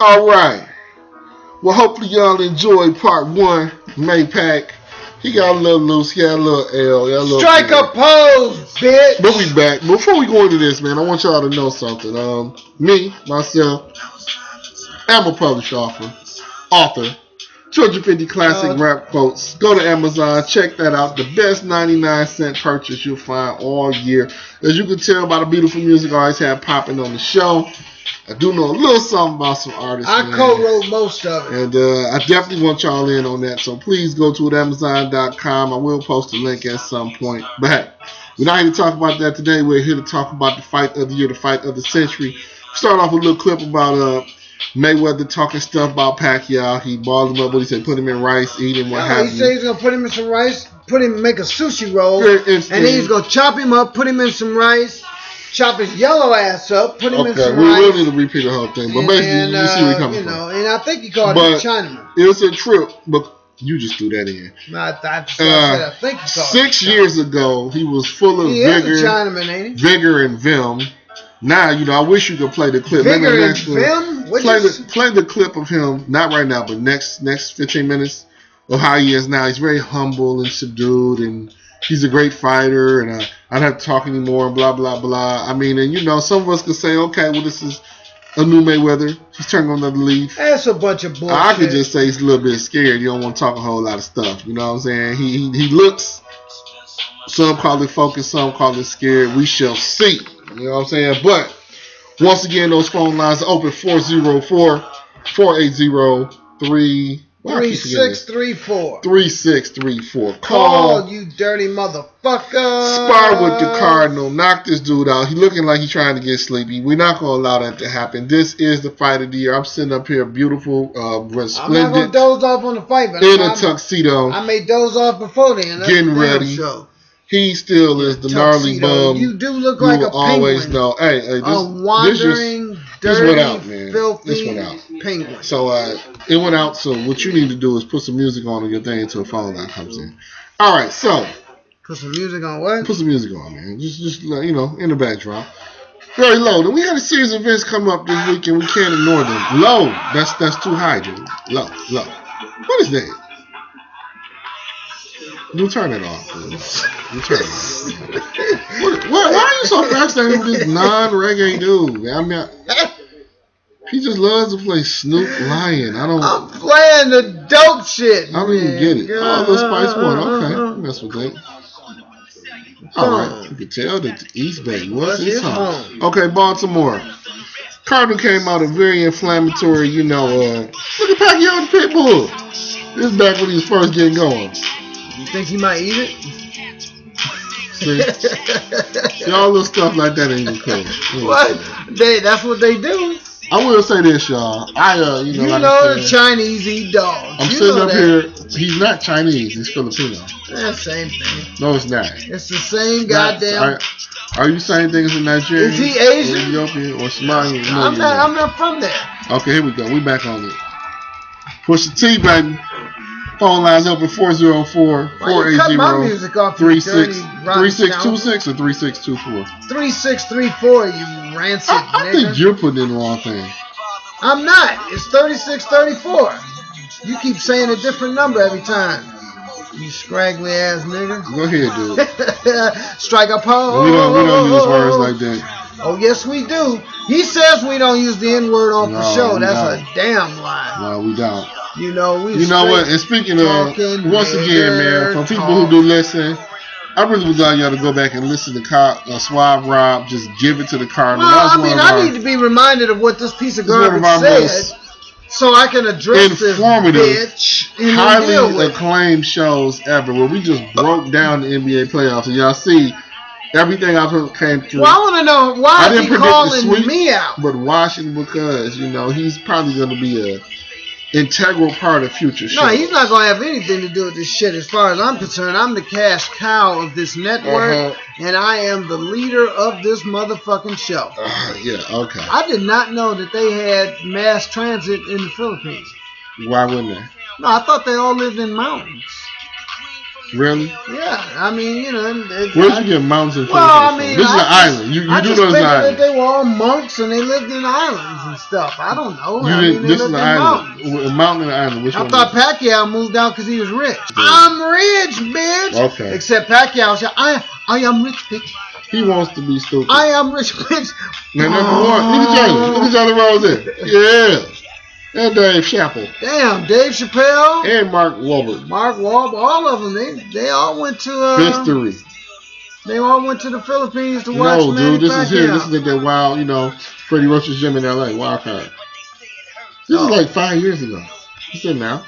All right. Well, hopefully y'all enjoyed part one, Maypack. He got a little loose. He had a little L. He had a little Strike L. a pose, bitch. But we back. Before we go into this, man, I want y'all to know something. Um, me, myself, I'm a published author. Author. 250 classic Uh, rap quotes. Go to Amazon, check that out. The best 99 cent purchase you'll find all year. As you can tell by the beautiful music I always have popping on the show, I do know a little something about some artists. I man. co-wrote most of it. And uh, I definitely want y'all in on that. So please go to it, Amazon.com. I will post a link at some point. But we're not here to talk about that today. We're here to talk about the fight of the year, the fight of the century. Start off with a little clip about uh, Mayweather talking stuff about Pacquiao. He balled him up. What he said, put him in rice, eat him, what Yeah, have he said you. he's gonna put him in some rice, put him make a sushi roll, Very interesting. and then he's gonna chop him up, put him in some rice, chop his yellow ass up, put him in Okay, some we rice. will need to repeat the whole thing, but and basically, then, you see where uh, he coming you from. know, and I think he called him But- Chinaman. It was a trip, but you just threw that in. No, I, I, I said I think he called uh, Six him Chinaman. years ago, he was full of He vigor. is a Chinaman, ain't he? vigor and vim. Now, you know, I wish you could play the clip. Maybe Vigor and next one- Vim? What Play you the, play the clip of him, not right now, but next next 15 minutes of how he is now. He's very humble and subdued, and he's a great fighter, and I, I don't have to talk anymore, and blah, blah, blah. I mean, and you know, some of us could say, okay, well, this is a new Mayweather. He's turning on another leaf. That's a bunch of bullshit. I could just say he's a little bit scared. You don't want to talk a whole lot of stuff. You know what I'm saying? He, he, he looks, some call it focused, some call it scared. We shall see. You know what I'm saying? But once again, those phone lines are open 404 480 three six three four. 3634. Call. Call you dirty motherfucker. Spar with the Cardinal. Knock this dude out. He looking like he trying to get sleepy. We're not going to allow that to happen. This is the fight of the year. I'm sitting up here beautiful, uh, I'm not gonna resplendent, doze off on the fight, but in I'm- a tuxedo. I may doze off before then. That's Getting a damn ready. Show. he still is the gnarly Tuxedo. bum. You do look you like will a always penguin. know. Hey, hey, this, a this just- wandering, this dirty, went out, man. filthy This went out. penguin. So uh, it went out. So what you need to do is put some music on and your thing until a phone line comes in. All right, so Put some music on what? put some music on, man. Just, just like, you know, in the backdrop. Very low. Then we had a series of events come up this week, and we can't ignore them. Low. That's that's too high, dude. Low, low. What is that? You turn it off. dude. You turn it off. What, what, why are you so fascinated with this non-reggae dude? man? I mean, I- he just loves to play Snoop Lion. I don't. I'm playing the dope shit. I don't even man. get it. Oh, the Spice One. Uh, uh, Okay, uh, that's what they. All right, you can tell that the East Bay was his home. Okay, Baltimore. Cardinal came out a very inflammatory. You know, uh, look at Pacquiao and Pitbull. This is back when he was first getting going. uh. You think he might eat See, it? y'all little stuff like that ain't even cool. Ain't what? cool. They, that's what they do. I will say this, y'all. I, uh, you know, You like I know the said, Chinese eat dogs. I'm you sitting know up here. that. He's not Chinese. He's Filipino. Yeah, same thing. No, it's not. It's the same Not- goddamn. Are, are you saying things in Nigeria? Is he Asian? Or Ethiopian or Somali? No, I'm you're not. I'm not from there. Okay, here we go. We back on it. Push the T, baby. Phone lines open 404 Why you cut my 480 music off? you dirty 36 rotten 3626 or 3624. scoundrel? 3634, you rancid I, I nigga. think you're putting in the wrong thing. I'm not. It's 3634. You keep saying a different number every time. You scraggly ass nigga. Go ahead, dude. Strike a pose. We don't, we don't use words like that. Oh, yes, we do. He says we don't use the N word on No, the show. That's no. a damn lie. No, we don't. You know, we You know what? And speaking of, Talking once again, man, for nigger people talk. who do listen, I really would like y'all to go back and listen to Cop, uh, Swab Rob. Just give it to the Cardinal. Well, That I was mean, one of our- I need to be reminded of what this piece of This is one of garbage our said, most so I can address this informative, bitch and then deal highly with. it. acclaimed shows ever where we just broke down the NBA playoffs. And y'all see everything I put- came through. Well, I want to know I why is didn't he predict the sweep. calling me out? but Washington, because, you know, he's probably going to be a integral part of future shows. No, he's not gonna have anything to do with this shit. As far as I'm concerned, I'm the cash cow of this network, Uh-huh. and I am the leader of this motherfucking show. Uh, yeah, okay. I did not know that they had mass transit in the Philippines. Why wouldn't they? No, I thought they all lived in mountains. Really? Yeah, I mean, you know. and- and Where'd I- you get mountains and Well, I from? mean, this is an I just- island. You, you I do just know it's an figured that island. they were all monks and they lived in islands and stuff. I don't know. You I mean, didn't, they this is lived an in island. mountains. A mountain and an island. Which I one? thought is it? Pacquiao moved out because he was rich. I'm rich, bitch. Okay. Except Pacquiao said, I, I am rich, bitch. he wants to be stupid. I am rich, bitch. now, number one, look at Johnny. Look at Johnny Rose there. Yeah. And Dave Chappelle. Damn, Dave Chappelle, And Mark Wahlberg. Mark Wahlberg, all of them. They, they all went to. Uh, History. they all went to the Philippines to watch No, Manny dude, this Pacquiao. is here. This is at that wild, you know, Freddie Roach's gym in L.A. Wild card. This is like five years ago. It's in now.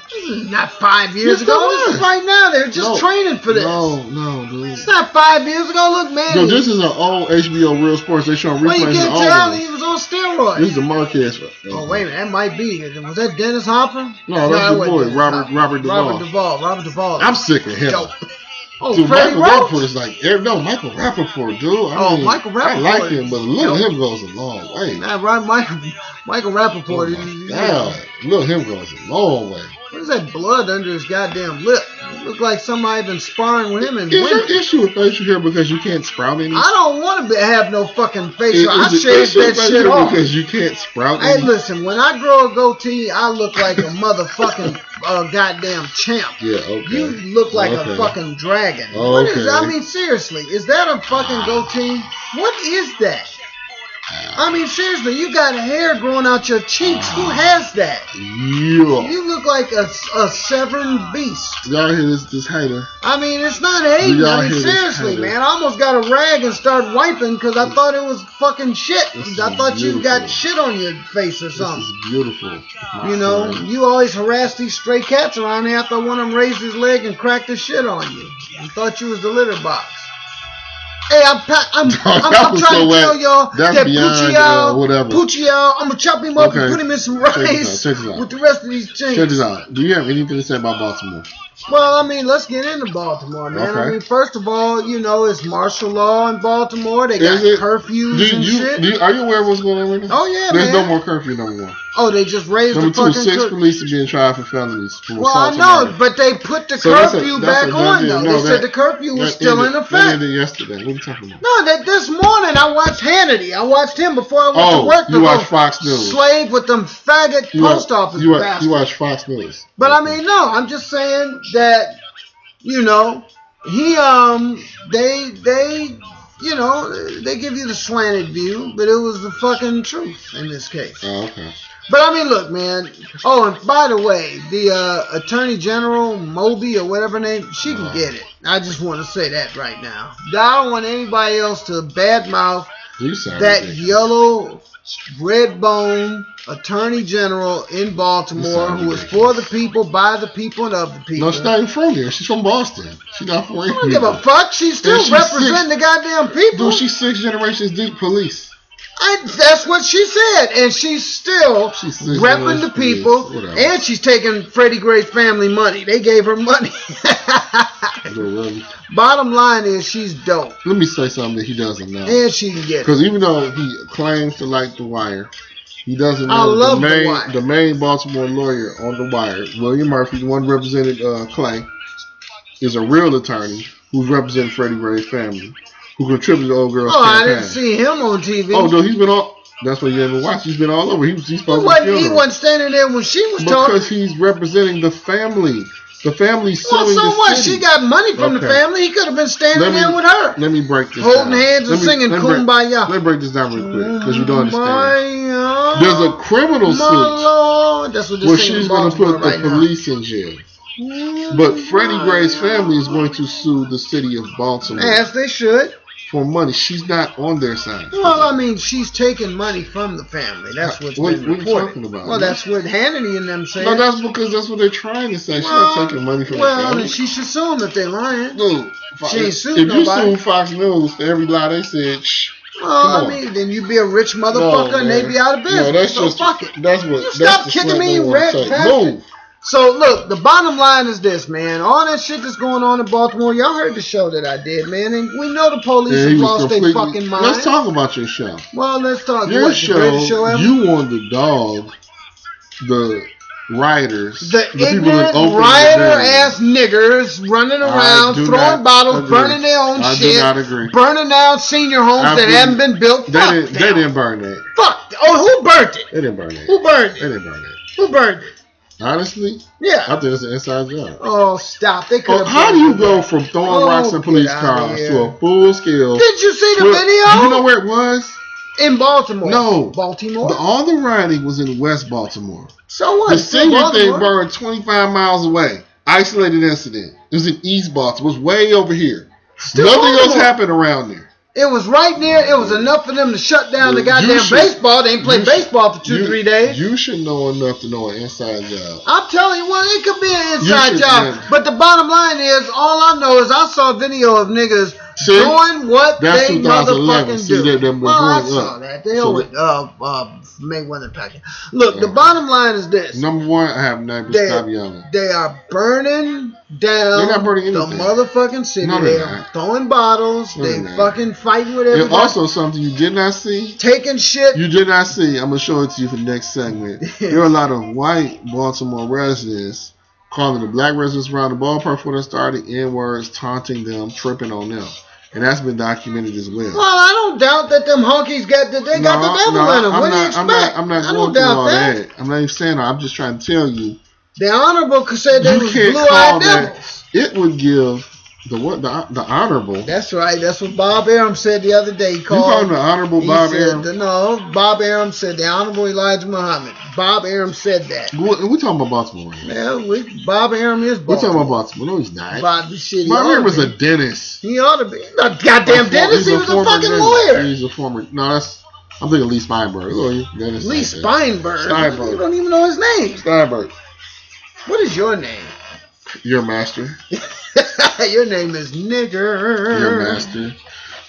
not five years Yes, ago. it This is was. right now. They're just No. training for this. No, no, dude. It's not five years ago. Look, man. No, this is an old HBO Real Sports. They showing well, you replays can't of all tell of he them. was on steroids. This is the Marquez. Oh wait a minute, that might be. Was that Dennis Hopper? No, that's it the wasn't boy, Dennis Robert- Hopper. Robert Duvall. Robert Duvall. Robert Duvall. I'm sick of him. Dope. Oh, Dude, Freddie Michael Rappaport Roach. is like, eh, no, Michael Rappaport, dude. I Oh, mean, Michael I like Rappaport him, is- but little Yo. him goes a long way. Nah, right, Michael Oh, Michael Rappaport. my is- God. Little him goes a long way. What is that blood under his goddamn lip? Look like somebody been sparring with him and Is there an winning. issue with facial hair because you can't sprout any? I don't want to have no fucking Is- facial. I is it shaved facial that facial shit off. Because you can't sprout Hey, any? listen, when I grow a goatee, I look like a motherfucking uh, goddamn champ. Yeah, okay. You look like a Okay. fucking dragon. Oh, What is? okay. I mean, seriously, is that a fucking goatee? What is that? I mean, seriously, you got hair growing out your cheeks. Who has that? Yeah. You look like a, a severed beast. Y'all hear this, this hater? I mean, it's not hating. Y'all I mean, hear this seriously, hater. man, I almost got a rag and started wiping because I thought it was fucking shit. This is I thought you got beautiful. shit on your face or This something. is beautiful. my You know, friend. you always harass these stray cats around here after one of them raised his leg and cracked the shit on you. You thought you was the litter box. Hey, I'm, pa- I'm, I'm, That I'm was trying so to tell whack. y'all That's that beyond, uh, whatever. Puccio, Puccio, I'm gonna chop him up Okay. and put him in some Check rice this out, check this out. with the rest of these Check chinks. this out. Do you have anything to say about Baltimore? Well, I mean, let's get into Baltimore, man. I Okay. mean, first of all, you know, it's martial law in Baltimore. They Is got it- curfews Do and you, shit. do you, are you aware of what's going on right now? oh yeah, There's no man. more curfew no more. oh, they just raised Number the two, fucking six cur- police are being tried for felonies for Well, assault I and know, murder. but they put the So that's a- curfew that's a back done on deal. though. No, they said that- the curfew was That still ended- in That effect. ended yesterday. What are you talking about? No, that this morning I watched Hannity. I watched him before I went to Oh, work. you watch because Fox News. Slave with them faggot You watch- post office you watch, bastards. you watch Fox News. But I mean, no, I'm just saying that you know he um they they you know they give you the slanted view, but it was the fucking truth in this case. Oh, okay. But I mean, look, man. Oh, and by the way, the uh, Attorney General Moby or whatever her name, she can get it. I just want to say that right now. I don't want anybody else to badmouth You sound that ridiculous. yellow red bone Attorney General in Baltimore sound who is for the people, by the people, and of the people. No, she's not even from there. She's from Boston. She's not from I don't give a Anchorage. fuck. She's still And she's representing six- the goddamn people. Dude, she's six generations deep police. I, that's what she said, and she's still She's six repping the generations police. people, Whatever. and she's taking Freddie Gray's family money. They gave her money. Little Remy. Bottom line is, she's dope, Let me say something that he doesn't know. and she can get it. Because even though he claims to like The Wire, he doesn't know I love the The main Wire. the, main Baltimore lawyer on The Wire, William Murphy, the one who represented uh, Clay, is a real attorney who's represented Freddie Gray's family, who contributed to Old Girl's Oh, I campaign. didn't see him on TV. oh no, he's been all. That's what you haven't watched. He's been all over. He was he's he, supposed to wasn't, be he wasn't standing there when she was talking. because he's representing the family. The family's suing Well, so the what? city. She got money from the Okay. family. He could have been standing Let me- there with her, Let me break this. holding down. hands and Let me- singing let me break- "Kumbaya." Let me break this down real quick because you don't understand. Kumbaya, There's a criminal my suit Lord. That's what they're Well, singing in she's going to Baltimore put the right now. police in jail. But Freddie Gray's family is going to sue the city of Baltimore As they should. for money. She's not on their side. Well, I mean, she's taking money from the family. That's what's What- what been you reported. talking about? Well, that's what Hannity and them saying. No, that's because that's what they're trying to say. She's not taking money from well, the then family. she should sue them if they're lying. Dude, Fo- she ain't if sued you nobody. sue Fox News for every lie they said, shh, well, I on. mean, then you'd be a rich no, motherfucker man. and they'd be out of business. No, that's so just fuck it. that's what. Just that's stop the kicking slant me, they wanna rat say. bastard. Move. So look, the bottom line is this, man. All that shit that's going on in Baltimore, y'all heard the show that I did, man, and we know the police Yeah, he have was lost their completely- fucking mind. Let's talk about your show. Well, let's talk. Your what, the show, greatest show ever? you on the dog, the rioters. The, people in ignorant Oakland are rioter dirty. ass niggers running I around, do throwing not bottles, agree. burning their own I do shit, not agree. burning down senior homes I that agree. haven't been built. They Fuck didn't, they them. didn't burn that. Fuck. Oh, who burnt it? They didn't burn that. Who burned They it? didn't burn that. Who burned it? Honestly, I Yeah. think it's an inside job. Oh, stop. They could Oh, have. how do you go from throwing Oh, rocks at police get outta cars here. to a full scale? Did you see the video? Do you know where it was? In Baltimore. No. Baltimore. The, all the rioting was in West Baltimore. so what? The It's in senior thing Baltimore. burned 25 miles away. Isolated incident. It was in East Baltimore. It was way over here. Still Nothing else Baltimore. happened around there. It was right near. It was enough for them to shut down the You goddamn should- baseball. They ain't played you should- baseball for two, You- three days. You should know enough to know an inside job. I'm telling you, well, it could be an inside You should job. know. But the bottom line is, all I know is I saw a video of niggas See? doing what That's they 2011. motherfucking See, do. they- they were well, I going saw up. that. They So- always uh, uh, Mayweather package. Look, the Yeah. bottom line is this: Number one, I have never They- stopped yelling. they are burning down not burning the anything. motherfucking city. No, they're they are not. throwing bottles. No, they they're not. fucking fighting with And everybody. also something you did not see. taking shit. You did not see. I'm gonna show it to you for the next segment. There are a lot of white Baltimore residents calling the black residents around the ballpark for the started N words, taunting them, tripping on them, and that's been documented as well. Well, I don't doubt that them honkies got the, they got the devil in them. I'm what not, do you expect? I'm not, I'm not I going don't through doubt all that. that. I'm not even saying that. I'm just trying to tell you, The honorable said they You was can't blue eyed call that. devils. it would give the what the, the honorable. That's right. That's what Bob Arum said the other day. He You call him called. the honorable he Bob said, Arum. the- No, Bob Arum said the honorable Elijah Muhammad. Bob Arum said that. We're, we're talking about Baltimore. Right? now. Yeah, we, Bob Arum is We're talking Baltimore. about Baltimore. No, he's not. Bob the shit. he Bob oughta Arum was be. a dentist. He ought to be. He's Not goddamn A dentist. he's He was a former fucking dentist. lawyer. He's a former. No, that's. I'm thinking Lee Steinberg. Oh, you dentist. Lee like Steinberg. Steinberg. You don't even know his name. that. Steinberg. What is your name? Your master. your name is Nigger. Your master.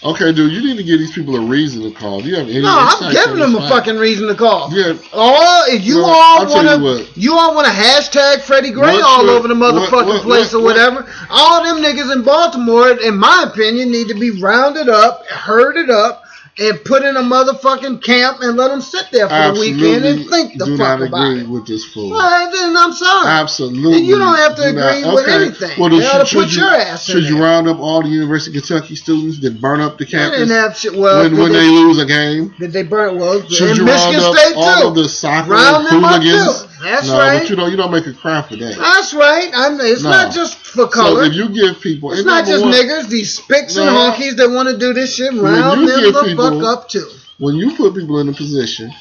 Okay, dude, you need to give these people a reason to call. Do you have any? No, I'm insight giving to them a this fucking reason to call. fact? Yeah. Oh, if you No, all I'll tell want you to, what. you all want to hashtag Freddie Gray What all should- over the what- motherfucking what- place or what- whatever. All them niggas in Baltimore, in my opinion, need to be rounded up, herded up, and put in a motherfucking camp and let them sit there for I the weekend and absolutely think the do fuck not about agree it. with this fool. Well, then I'm sorry. Absolutely. And you don't have to do not- agree with anything. Well, then They should, oughta should put you, your ass in Should you there. round up all the University of Kentucky students that burn up the They campus didn't have shit. Well, when, did, when they, they lose a game? did they burn? Well, Should in you Michigan round up State all too. of the soccer Round them up hooligans? too. That's no, right. but you don't you don't make a crime for that. That's right. I'm, it's No. not just for So color. if you give people, It's and not number just one, niggers, these spicks and No. honkies that want to do this shit. When Round you them give the fuck people- up too. When you put people in a position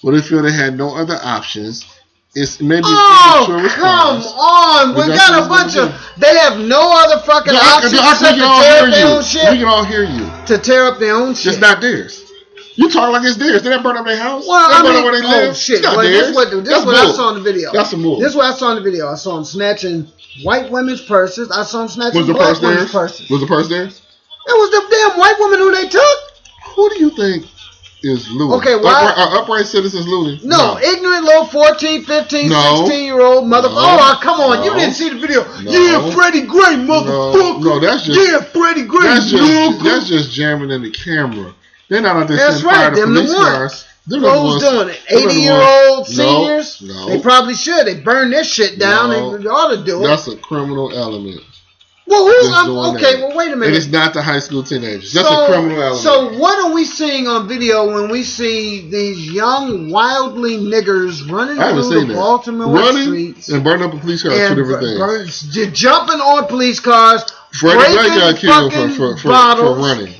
where they feel they had no other options, it's maybe Oh, an immature come response. on. We But that's got a what bunch we're of. They have no other fucking Doc, options Doc, except we to can all tear up hear their you. own We shit. can all hear you. To tear up their own shit. It's not theirs. You talk like it's theirs. They didn't burn up their house. well, they I burn mean, up where they oh live. shit! It's not Well, this theirs. what this That's what I bull. saw in the video. That's some bull. This is what I saw in the video. I saw him snatching white women's purses. I saw him snatching was the black purse women's theirs? purses. Was the purse theirs? It was the damn white woman who they took. Who do you think is looting? Okay, why- Upright, are upright citizens looting? No, ignorant little 14, 15, No. 16 year old No. motherfucker. Oh, come on, you No. didn't see the video. No. Yeah, Freddie Gray, No, motherfucker. no, that's just yeah, Freddie Gray, that's just motherfucker. that's just jamming in the camera. They're not out there That's setting right, fire to them the police ones. cars. They're the ones. Those doing it. they're the 80 year ones- old No, seniors. no. They probably should. They burn this shit down. No. They ought to do it. That's a criminal element. well, who's. just I'm, doing okay, that. well, wait a And it's minute. not the high school teenagers. That's so, a criminal element. so, what are we seeing on video when we see these young, wildly niggers running I haven't through seen the that. Baltimore Running streets? and burning up a police car are two and different bur- things. burns- j- jumping on police cars. Freddie Gray breaking got killed for, fucking for, for, for bottles. running.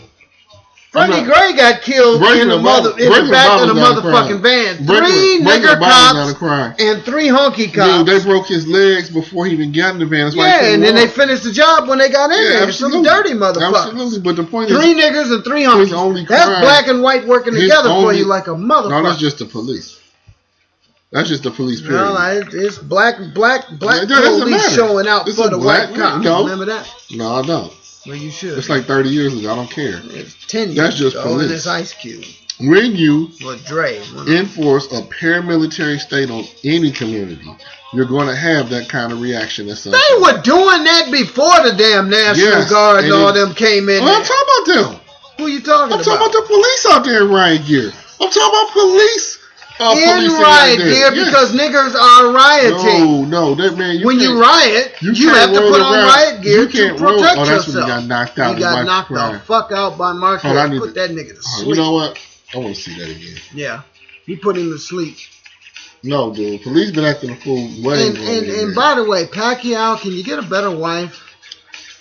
Freddie I'm not- Gray got killed Breaking in the the bottle- mother in breaking the the back of the bottle's not a crime. motherfucking van. Breaking- Three breaking nigger the bottle's not a cops crime. and three honky Dude, cops. they broke his legs before he even got in the van. That's why he yeah, couldn't and then they walk. finished the job when they got in there. Some dirty motherfuckers. Absolutely, but the point Three is, niggers and three his honkies. only That's crime- black and white working his together for only- you like a no, that's motherfucker. just the police. That's just the police. Period. No, I- it's black, black, black It doesn't police matter. showing out It's for a the black white man, cops. no. Remember that? no, I don't. Well, you should. It's like 30 years ago. I don't care. It's ten years That's just ago, and police. it's Ice Cube. When you Well, Dre. one of- enforce a paramilitary state on any community, you're going to have that kind of reaction. At some They point. were doing that before the damn National Yes, Guard and they all did. them came in. Well, I'm there. talking about them. Who you I'm talking about? talking about the police out there right here. I'm talking about police Uh, in policing like riot, that. dear, Yeah. because niggers are rioting. no, no, that man. You when can't, you riot, you, have to roll put on around. riot gear You to can't roll. protect oh, that's yourself. when he got knocked out. You in got White knocked Pride. the fuck out by Mark. Oh, I need put to- that nigga to Oh, sleep. you know what? I want to see that again. Yeah, he put him to sleep. No, dude. Police been acting a fool way And more and, than and that. by the way, Pacquiao, can you get a better wife?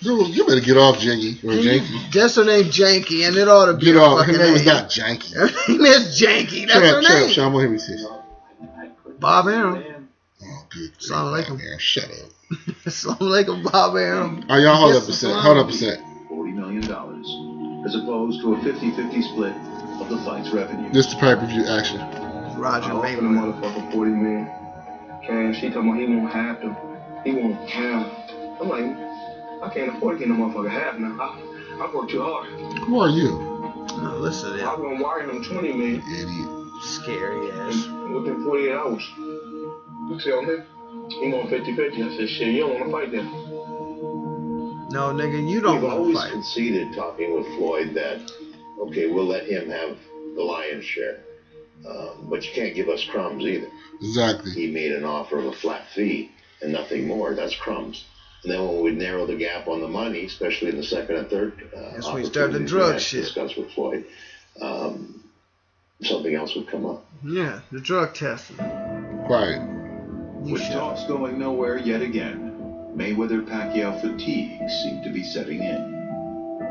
Dude, you better get off Jinky or Can you- Janky. That's her name, Janky, and it ought to be Get her off. Her Mm-hmm. fucking name is name. not Janky. Her name is Janky. That's Shut her up, shut up, name. shut up. I'm gonna hear me say something. Bob Arum. Oh, good. Sound like him. man. Shut up. Something like a Bob Arum. All right, y'all hold Yes, up a sec. it's Hold loud. up a sec. $40 million, as opposed to a 50-50 split of the fight's revenue. This is the pay per view action. Roger I Oh. offered the Mayweather. motherfucker 40 million cash. He talking about he won't have them. He won't have. I'm like, I can't afford to get no motherfucker half now. I, I worked too hard. Who are you? No, listen to I that. won't wire him 20 million Idiot. Scary ass. in- within 48 hours. You see what I'm saying? He want 50-50. I said, shit, you don't want to fight that. No, nigga, you We've don't want to always fight. conceded talking with Floyd that, okay, we'll let him have the lion's share, um, but you can't give us crumbs either. Exactly. He made an offer of a flat fee and nothing more. That's crumbs. And then when we narrow the gap on the money, especially in the second and third, uh, That's when you start the opportunities drug we had to shit. Discuss with Floyd. Um, something else would come up. Yeah, the drug testing. Quiet. You With shut up. talks going nowhere yet again, Mayweather Pacquiao fatigue seemed to be setting in.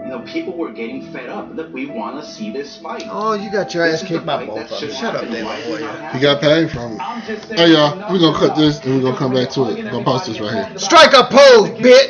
You know, people were getting fed up. Look, we want to see this fight. Oh, you got your ass kicked by Like, both that of them. should Shut up, happen. there, Why my is it boy. not He got paid from it. I'm just saying, Hey y'all, no, we're gonna no, cut no. this and we're gonna come back to it. We're gonna post this right here. Strike a pose, bitch.